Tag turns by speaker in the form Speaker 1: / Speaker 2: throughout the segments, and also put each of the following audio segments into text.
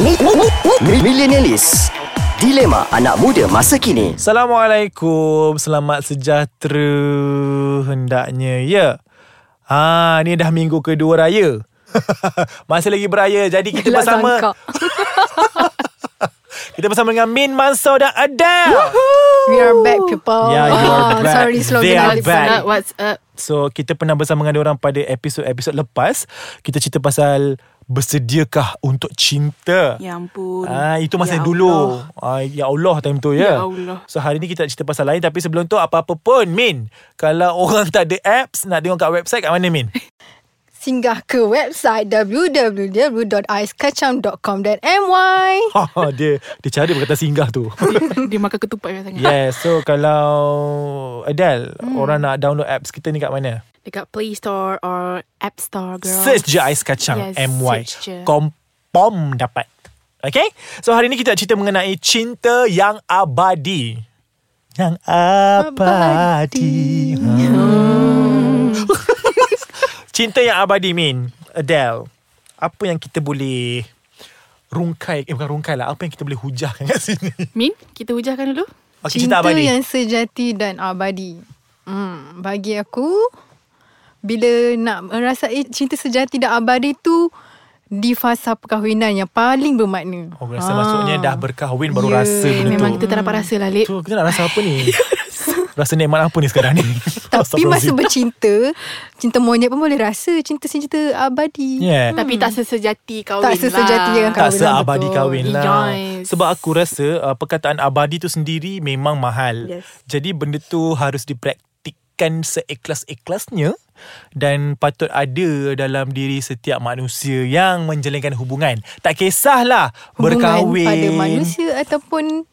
Speaker 1: Mi- mi- mi- mi- Millenialis Dilema anak muda masa kini
Speaker 2: Assalamualaikum Selamat sejahtera Hendaknya Ya Ha, ni dah minggu kedua raya Masih lagi beraya Jadi kita
Speaker 3: Gelak
Speaker 2: bersama
Speaker 3: sangka.
Speaker 2: Kita bersama dengan Min Mansor dan Adele
Speaker 3: We are back people
Speaker 2: Yeah, you are
Speaker 3: Ah,
Speaker 2: back.
Speaker 3: Sorry slogan
Speaker 2: They are
Speaker 3: dah
Speaker 2: back.
Speaker 3: lupa.
Speaker 4: Uh, what's up?
Speaker 2: So kita pernah bersama dengan orang pada episod-episod lepas Kita cerita pasal Bersediakah untuk cinta
Speaker 4: Ya ampun.
Speaker 2: Ah itu masa
Speaker 4: Ya
Speaker 2: dulu. Ah
Speaker 4: Allah.
Speaker 2: ya Allah time tu ya.
Speaker 4: Ya Allah.
Speaker 2: So hari ni kita nak cerita pasal lain tapi sebelum tu apa-apa pun Min, kalau orang tak ada apps nak tengok kat website kat mana Min?
Speaker 3: Singgah ke website www.aiskacang.com.my
Speaker 2: Ha, dia dia cara berkata singgah tu.
Speaker 4: Dia makan ketupat yang sangat.
Speaker 2: yes, so kalau Adele
Speaker 4: Hmm.
Speaker 2: orang nak download apps kita ni kat mana?
Speaker 4: Dekat Play Store or App Store girl.
Speaker 2: Search je Ais Kacang
Speaker 4: Yes,
Speaker 2: MY.
Speaker 4: search je.
Speaker 2: Kompom dapat. Okay? So hari ni kita nak cerita mengenai cinta yang abadi. Yang abadi. Hmm. cinta yang abadi Min. Adele. Apa yang kita boleh rungkai eh bukan rungkai lah apa yang kita boleh hujahkan kat sini
Speaker 4: Min, kita hujahkan dulu.
Speaker 2: okay, cinta
Speaker 3: Cinta
Speaker 2: abadi
Speaker 3: yang sejati dan abadi hmm, Bagi aku Bila nak merasai cinta sejati dan abadi tu Di fasa perkahwinan yang paling bermakna Ah.
Speaker 2: oh rasa maksudnya dah berkahwin baru rasa benda
Speaker 4: Memang
Speaker 2: tu
Speaker 4: kita tak dapat rasa lah, Lip.
Speaker 2: Tu kita nak rasa apa ni? rasa nikmat apa ni sekarang ni?
Speaker 3: Tapi masa
Speaker 2: Astagfirullahalazim.
Speaker 3: bercinta Cinta monyet pun boleh rasa Cinta-cinta abadi
Speaker 2: Yeah.
Speaker 4: Tapi tak sesejati kahwin
Speaker 3: Tak sesejati
Speaker 4: lah.
Speaker 3: yang
Speaker 2: tak
Speaker 3: kahwin
Speaker 2: seabadi
Speaker 3: betul.
Speaker 2: kahwin lah
Speaker 4: Yes.
Speaker 2: Sebab aku rasa uh, Perkataan abadi tu sendiri Memang mahal
Speaker 4: Yes.
Speaker 2: Jadi benda tu Harus dipraktikkan Seikhlas-ikhlasnya Dan patut ada Dalam diri setiap manusia Yang menjalinkan hubungan Tak kisahlah
Speaker 3: Hubungan
Speaker 2: Berkahwin
Speaker 3: pada manusia ataupun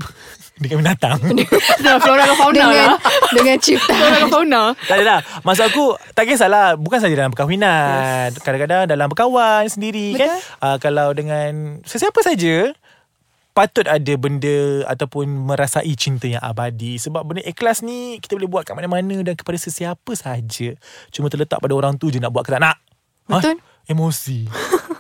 Speaker 2: Dengan binatang
Speaker 4: Dengan flora dan fauna
Speaker 3: dengan
Speaker 4: lah.
Speaker 3: dengan
Speaker 4: Flora
Speaker 3: ciptaan
Speaker 4: dan fauna.
Speaker 2: Tak adalah Maksud aku Tak kisahlah Bukan saja dalam perkahwinan yes. Kadang-kadang dalam berkawan sendiri Betul. kan uh, Kalau dengan Sesiapa saja Patut ada benda Ataupun merasai cinta yang abadi Sebab benda ikhlas ni Kita boleh buat kat mana-mana Dan kepada sesiapa saja Cuma terletak pada orang tu je Nak buat ke tak nak
Speaker 3: Betul.
Speaker 2: ha? Emosi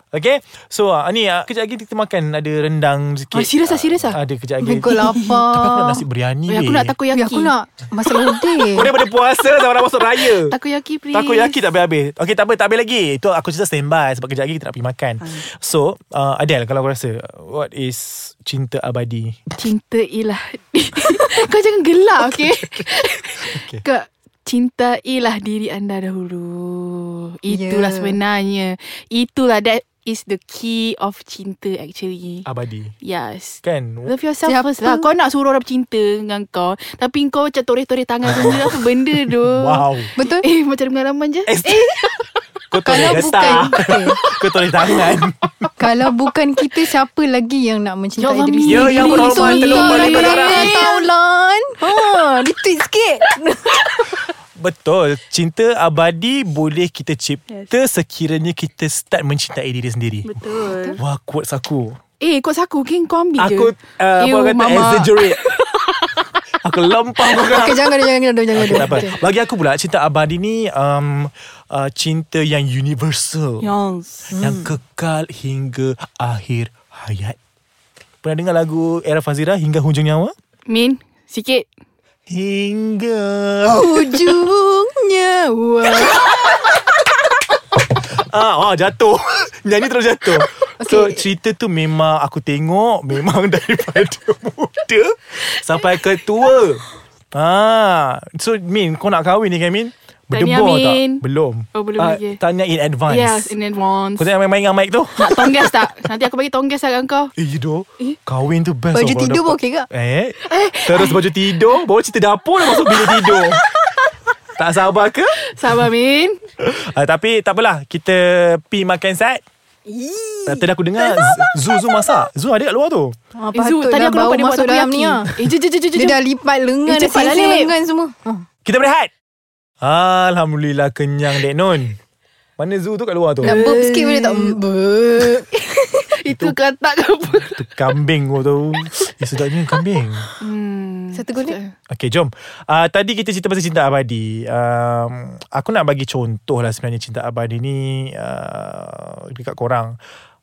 Speaker 2: Okay So uh, ni uh, Kejap lagi kita makan Ada rendang sikit
Speaker 4: Ah, serius ah, serius ah?
Speaker 2: Ada kejap lagi
Speaker 3: Mengikut
Speaker 2: Tapi aku nak
Speaker 3: lapar
Speaker 2: nasi biryani
Speaker 4: Eh,
Speaker 2: weh.
Speaker 4: aku nak takoyaki.
Speaker 3: Ya aku nak Masak lodeh
Speaker 2: Kau dah pada puasa Sama nak masuk raya
Speaker 4: Takoyaki please.
Speaker 2: Takoyaki tak habis-habis Okay tak apa Tak habis lagi Itu aku cerita standby Sebab kejap lagi kita nak pergi makan
Speaker 4: Ah.
Speaker 2: So uh, Adele kalau kau rasa What is Cinta abadi
Speaker 4: Cinta ilah Kau jangan gelak okay, okay. Kau Cintailah diri anda dahulu Itulah
Speaker 3: Ya.
Speaker 4: yeah. sebenarnya Itulah that is the key of cinta actually
Speaker 2: Abadi
Speaker 4: Yes
Speaker 2: Kan
Speaker 4: Love yourself
Speaker 3: Siapa?
Speaker 4: Siapa? first lah Kau nak suruh orang bercinta dengan kau Tapi kau macam toreh-toreh tangan sendiri Apa benda tu
Speaker 2: Wow
Speaker 3: Betul
Speaker 4: Eh macam pengalaman je
Speaker 2: Eh, Kau
Speaker 3: Kalau
Speaker 2: tulis
Speaker 3: bukan
Speaker 2: letak Kau tulis tangan
Speaker 3: Kalau bukan kita Siapa lagi yang nak mencintai
Speaker 4: Ya Allah,
Speaker 3: diri
Speaker 4: Min.
Speaker 2: Ya, yang
Speaker 3: Betul,
Speaker 2: berhormat,
Speaker 3: betul.
Speaker 2: telur balik
Speaker 3: Kalau
Speaker 2: darah.
Speaker 3: kau tahu, Lan ha, Retweet sikit
Speaker 2: Betul Cinta abadi Boleh kita cipta Sekiranya kita start Mencintai diri sendiri
Speaker 4: Betul
Speaker 2: Wah quotes aku
Speaker 4: Eh kau saku King kau ambil je
Speaker 2: Aku uh, Apa
Speaker 4: Ew,
Speaker 2: orang kata
Speaker 4: mama.
Speaker 2: Exaggerate Aku lempar kau
Speaker 3: Okay jangan Jangan Jangan Jangan
Speaker 2: Okay, tak apa.
Speaker 3: Okay.
Speaker 2: Bagi aku pula cinta abadi ni um, uh, cinta yang universal,
Speaker 4: Yes Hmm.
Speaker 2: yang kekal hingga akhir hayat. Pernah dengar lagu Era Fazira hingga hujung nyawa?
Speaker 4: Min Sikit
Speaker 2: Hingga
Speaker 3: Ujung nyawa
Speaker 2: ah, ah jatuh. Nyanyi terus jatuh. Okay. So
Speaker 3: Okay.
Speaker 2: cerita tu memang aku tengok memang daripada muda sampai ke tua. Ah, so Min kau nak kahwin ni kan Min?
Speaker 4: Tahniah,
Speaker 2: Berdebur tak?
Speaker 4: Min.
Speaker 2: Belum.
Speaker 4: Oh, belum
Speaker 2: Ah,
Speaker 4: lagi.
Speaker 2: Tahniah in advance.
Speaker 4: Yes in advance
Speaker 2: Kau tengok main-main dengan mic tu
Speaker 4: Nak tonggas tak? Nanti aku bagi tonggas lah kat kau.
Speaker 2: Eh you know Kahwin tu best
Speaker 3: Baju
Speaker 2: tau kalau
Speaker 3: tidur pun
Speaker 2: dapat.
Speaker 3: okey tak?
Speaker 2: Eh Terus baju tidur Bawa cerita dapur Dah masuk bilik tidur Tak sabar ke?
Speaker 4: Sabar Min.
Speaker 2: Uh, tapi tak apalah Kita pi makan set Uh, Tadi aku dengar Zu Zu masak Zu ada kat luar tu
Speaker 3: ha,
Speaker 4: Eh Zul, tadi aku
Speaker 3: baru
Speaker 4: lupa dia buat
Speaker 3: masuk dalam
Speaker 4: takoyaki.
Speaker 3: ni ah.
Speaker 4: Eh jom jom jom jom.
Speaker 3: Dia
Speaker 4: jom.
Speaker 3: dah lipat lengan
Speaker 4: Eh,
Speaker 3: Dia
Speaker 4: cepat lah,
Speaker 3: sisir
Speaker 4: Lip.
Speaker 3: lengan semua ha.
Speaker 2: Kita berehat Alhamdulillah kenyang Dek Nun Mana Zu tu kat luar tu
Speaker 3: Nak burp sikit boleh tak
Speaker 4: Oh
Speaker 3: Burp
Speaker 4: Itu kelantak ke apa?
Speaker 2: Tu kambing kau tu Eh sedapnya kambing
Speaker 4: Hmm.
Speaker 3: Satu golek
Speaker 2: Okay, jom. Uh, tadi kita cerita pasal cinta abadi. Um, aku nak bagi contoh lah sebenarnya cinta abadi ni uh, ah, dekat korang.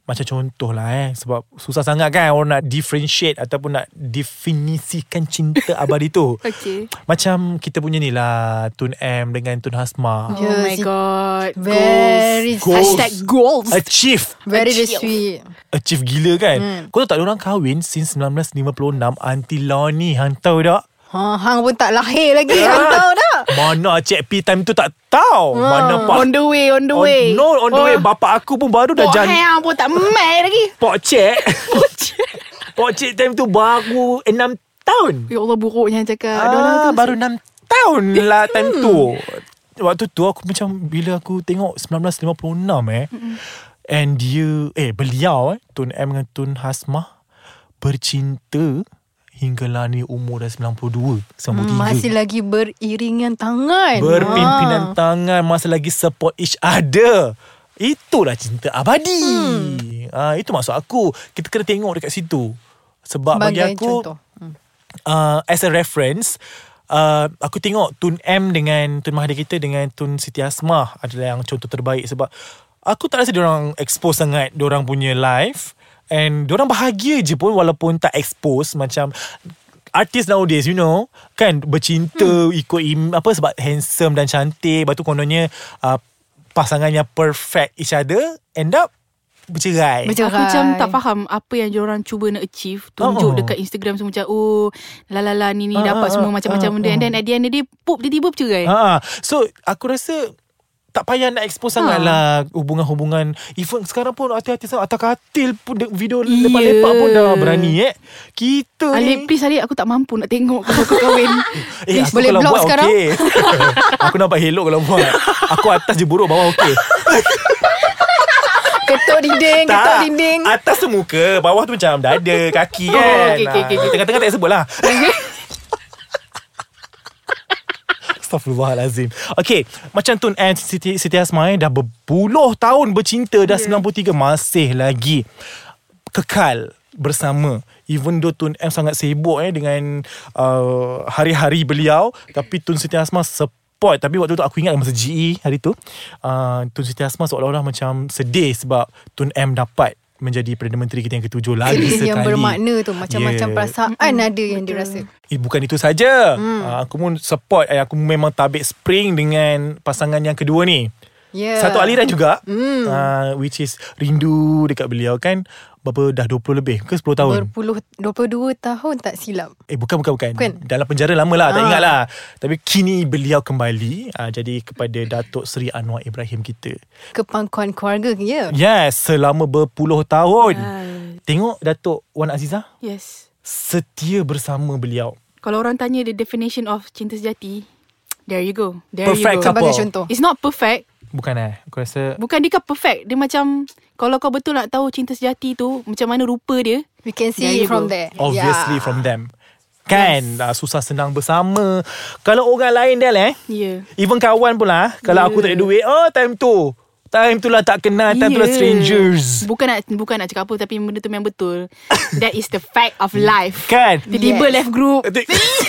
Speaker 2: macam contoh lah eh sebab susah sangat kan orang nak differentiate ataupun nak definisikan cinta abadi tu.
Speaker 4: Okay.
Speaker 2: Macam kita punya ni lah Tun M dengan Tun Hasma.
Speaker 4: Oh
Speaker 3: Yeah,
Speaker 4: my
Speaker 3: si-
Speaker 4: god.
Speaker 3: Very
Speaker 4: goals. Hashtag goals.
Speaker 2: Achieve.
Speaker 3: Very the
Speaker 4: Achieve.
Speaker 3: sweet
Speaker 2: Achieve gila kan. Hmm. Kau tahu tak orang kahwin since 1956 Aunty Loni hang tahu tak?
Speaker 3: ha, Hang pun tak lahir lagi
Speaker 2: Ya.
Speaker 3: Hang tahu Eh, tak
Speaker 2: Mana Cik P time tu tak tahu. Mana Pak
Speaker 4: On the way, on the way.
Speaker 2: On, Oh, no, on the way. Bapak aku pun baru dah
Speaker 4: Oh. Pok
Speaker 2: jan.
Speaker 4: hang pun tak mai lagi.
Speaker 2: Pak Cik. Pak Cik time tu baru 6 tahun.
Speaker 4: Ya Allah buruknya hang cakap. Dia orang
Speaker 2: Ah,
Speaker 4: tu-
Speaker 2: baru 6 tahun lah time tu. Waktu tu aku macam bila aku tengok 1956 eh. And dia, eh beliau eh, Tun M dengan Tun Hasmah bercinta hinggalah ni umur dah 92, 93.
Speaker 3: Hmm, Masih lagi beriringan tangan
Speaker 2: Berpimpinan
Speaker 3: ha.
Speaker 2: tangan masa lagi support each other. Itulah cinta abadi. Hmm. Ha, itu maksud aku. Kita kena tengok dekat situ. Sebab
Speaker 3: Bagai
Speaker 2: bagi aku
Speaker 3: contoh Hmm.
Speaker 2: uh, as a reference Uh, aku tengok Tun M dengan Tun Mahathir kita dengan Tun Siti Asmah adalah yang contoh terbaik sebab aku tak rasa diorang expose sangat diorang punya live and diorang bahagia je pun walaupun tak expose macam artis nowadays you know kan bercinta hmm. ikut im, apa sebab handsome dan cantik lepas tu kononnya uh, pasangannya perfect each other end up bercerai
Speaker 3: Bercerai.
Speaker 4: Aku macam tak faham apa yang orang cuba nak achieve,
Speaker 2: Oh.
Speaker 4: tunjuk oh. dekat Instagram semua macam oh la la la ni ni
Speaker 2: Ah,
Speaker 4: dapat
Speaker 2: ah, ah,
Speaker 4: semua macam-macam
Speaker 2: ah,
Speaker 4: benda and
Speaker 2: ah.
Speaker 4: then at the end of the day pop tiba-tiba bercerai.
Speaker 2: Ha, so aku rasa tak payah nak expose ha. sangat lah hubungan-hubungan. Even sekarang pun hati-hati sangat. Atas katil pun de- video
Speaker 4: Ya.
Speaker 2: lepak-lepak pun dah berani eh. Kita ni.
Speaker 4: Alip please Alip aku tak mampu nak tengok kalau aku kahwin.
Speaker 2: Eh, aku
Speaker 3: Boleh
Speaker 2: kalau
Speaker 3: block
Speaker 2: buat
Speaker 3: sekarang?
Speaker 2: okay. aku nampak elok kalau buat. Aku atas je buruk, bawah okey.
Speaker 3: Ha. Ketuk dinding Ketuk dinding
Speaker 2: Atas tu muka, bawah tu macam dada, kaki kan.
Speaker 4: Oh, okey, okey,
Speaker 2: Ah,
Speaker 4: okey, okey.
Speaker 2: Tengah-tengah tak sebut lah. Astaghfirullahalazim. Okay, macam Tun Ann Siti, Siti Asmai dah berpuluh tahun bercinta,
Speaker 4: Ya.
Speaker 2: dah yeah. 93 masih lagi kekal bersama. Even though Tun M sangat sibuk eh dengan uh, hari-hari beliau, tapi Tun Siti Asma support. Tapi waktu tu aku ingat masa GE hari tu, uh, Tun Siti Asma seolah-olah macam sedih sebab Tun M dapat menjadi Perdana Menteri kita yang ketujuh lagi sekali. Ya.
Speaker 3: Yang bermakna tu Macam-macam
Speaker 2: Yeah.
Speaker 3: perasaan
Speaker 4: Hmm,
Speaker 3: ada yang dia rasa
Speaker 2: Eh, bukan itu saja. Hmm. Uh, aku pun support. Eh, aku memang tabik spring dengan pasangan yang kedua ni.
Speaker 3: Yeah.
Speaker 2: Satu aliran juga. Hmm. Uh, which is rindu dekat beliau kan. Berapa dah 20 lebih ke 10 tahun? Ber-
Speaker 3: Berpuluh 22 tahun tak silap
Speaker 2: eh, bukan, bukan, bukan.
Speaker 3: Bukan.
Speaker 2: Dalam penjara lama lah. Tak ingat lah. Tapi kini beliau kembali. Uh, jadi kepada Datuk Seri Anwar Ibrahim kita.
Speaker 3: Kepangkuan keluarga Ya yeah.
Speaker 2: Yes, selama berpuluh tahun. Tengok Datuk Wan Azizah.
Speaker 4: yes.
Speaker 2: Setia bersama beliau.
Speaker 4: Kalau orang tanya the definition of cinta sejati, there you go. There
Speaker 2: Perfect
Speaker 4: you go.
Speaker 2: couple.
Speaker 3: Sebagai contoh
Speaker 4: It's not perfect.
Speaker 2: Bukan eh. Aku rasa...
Speaker 4: Bukan dia kan perfect. Dia macam kalau kau betul nak tahu cinta sejati tu macam mana rupa dia,
Speaker 3: We can
Speaker 4: There
Speaker 3: see
Speaker 4: you
Speaker 3: from
Speaker 4: go.
Speaker 3: there Ya.
Speaker 2: Obviously
Speaker 3: yeah.
Speaker 2: from them Kan yes. Susah senang bersama Kalau orang lain dah eh
Speaker 4: Ya.
Speaker 2: Even kawan pula Kalau yeah. aku tak ada duit Oh time tu Time tu lah tak kenal Time yeah. tu lah
Speaker 4: Ya.
Speaker 2: strangers
Speaker 4: Bukan nak bukan nak cakap apa tapi benda tu memang betul. That is the fact of life.
Speaker 2: Kan
Speaker 4: Tiba-tiba
Speaker 3: Yes.
Speaker 4: left group.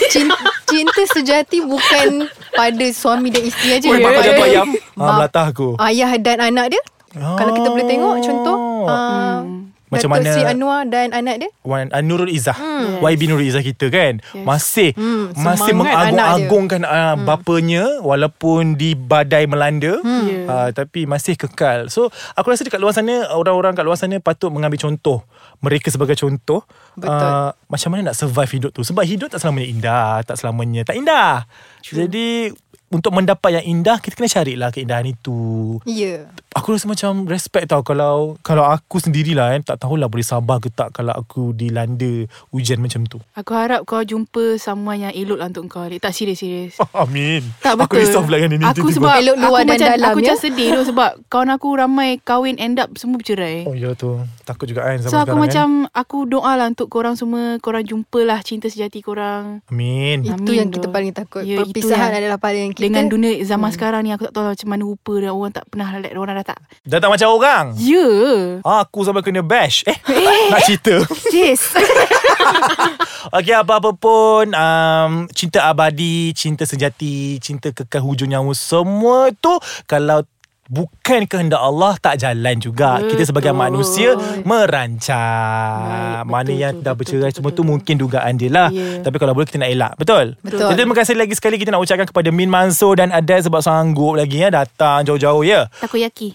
Speaker 3: cinta, cinta sejati bukan pada suami dan isteri aja.
Speaker 2: Boleh bapak
Speaker 4: Ya.
Speaker 2: jatuh ayam ah,
Speaker 3: Ba-
Speaker 2: Melatah aku
Speaker 3: Ayah dan anak dia.
Speaker 2: Oh. Hmm.
Speaker 3: Kalau kita boleh tengok contoh uh,
Speaker 2: Macam
Speaker 3: Datuk
Speaker 2: mana-
Speaker 3: Sri Anwar dan anak dia.
Speaker 2: Wan, uh, Nurul Izzah YB Nurul Izzah kita kan
Speaker 4: Yes.
Speaker 2: Masih
Speaker 3: Hmm,
Speaker 2: Masih
Speaker 3: semangat
Speaker 2: mengagung-agungkan uh, Bapanya Walaupun di badai melanda
Speaker 4: Yeah.
Speaker 2: uh, Tapi masih kekal So aku rasa dekat luar sana Orang-orang kat luar sana Patut mengambil contoh Mereka sebagai contoh
Speaker 3: Betul.
Speaker 2: uh, Macam mana nak survive hidup tu Sebab hidup tak selamanya indah Tak selamanya tak indah True. Jadi Untuk mendapat yang indah Kita kena carilah keindahan itu
Speaker 3: Ya. Yeah.
Speaker 2: Aku rasa macam respect tau Kalau Kalau aku sendirilah kan Tak tahulah boleh sabar ke tak Kalau aku dilanda Hujan macam tu
Speaker 4: Aku harap kau jumpa someone yang elok lah untuk kau. Alik. Tak serius-serius.
Speaker 2: Amin
Speaker 4: Tak
Speaker 2: Oh, Aku
Speaker 4: betul.
Speaker 2: risau pula dengan ini
Speaker 4: Aku
Speaker 2: tiba-tiba.
Speaker 4: sebab
Speaker 3: Elok luar
Speaker 4: aku
Speaker 3: dan
Speaker 4: macam,
Speaker 3: dalam,
Speaker 4: Aku
Speaker 3: ya?
Speaker 4: macam sedih tu sebab kawan aku ramai kahwin end up semua bercerai.
Speaker 2: Oh ya tu Takut juga kan zaman
Speaker 4: So aku
Speaker 2: sekarang,
Speaker 4: macam Aku doa lah untuk korang semua Korang jumpalah cinta sejati korang
Speaker 2: kan? Amin
Speaker 3: Itu
Speaker 4: Amin
Speaker 3: yang kita
Speaker 4: doh.
Speaker 3: paling takut.
Speaker 4: Ya, itu
Speaker 3: Perpisahan
Speaker 4: yang-
Speaker 3: adalah paling kita. kan- Hmm.
Speaker 4: Dengan dunia zaman sekarang ni Aku tak tahu lah macam mana rupa dia Orang tak pernah like, Orang dah tak
Speaker 2: Dah tak macam orang
Speaker 4: Ya
Speaker 2: Aku sampai kena bash Eh nak cerita
Speaker 3: Sis.
Speaker 2: Okay apa-apa pun um, Cinta abadi Cinta sejati Cinta kekal hujung nyawa Semua tu Kalau bukan kehendak Allah tak jalan juga. Betul. Kita sebagai manusia merancang.
Speaker 4: Baik,
Speaker 2: Mana
Speaker 4: betul
Speaker 2: yang
Speaker 4: tu,
Speaker 2: dah
Speaker 4: betul
Speaker 2: bercerai
Speaker 4: tu,
Speaker 2: semua tu
Speaker 4: betul tu.
Speaker 2: mungkin dugaan dia lah.
Speaker 4: Ya.
Speaker 2: Tapi kalau boleh kita nak elak. Betul?
Speaker 3: Betul.
Speaker 2: Jadi terima kasih lagi sekali kita nak ucapkan kepada Min Mansur dan Adel sebab sanggup lagi ya datang jauh-jauh ya.
Speaker 4: Takoyaki.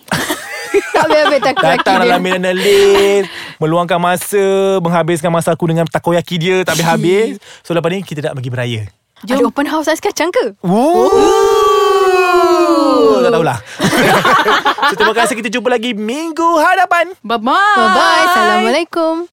Speaker 3: Tak habis-habis tak kaki
Speaker 2: Datang
Speaker 3: dia.
Speaker 2: dalam Millennialist Meluangkan masa Menghabiskan masa aku Dengan takoyaki dia Tak habis-habis So lepas ni Kita nak pergi beraya
Speaker 3: Ada open house lah ais kacang ke?
Speaker 2: Ooh. Tak tahulah so, Terima kasih Kita jumpa lagi Minggu hadapan
Speaker 4: Bye-bye.
Speaker 3: Bye-bye. Assalamualaikum.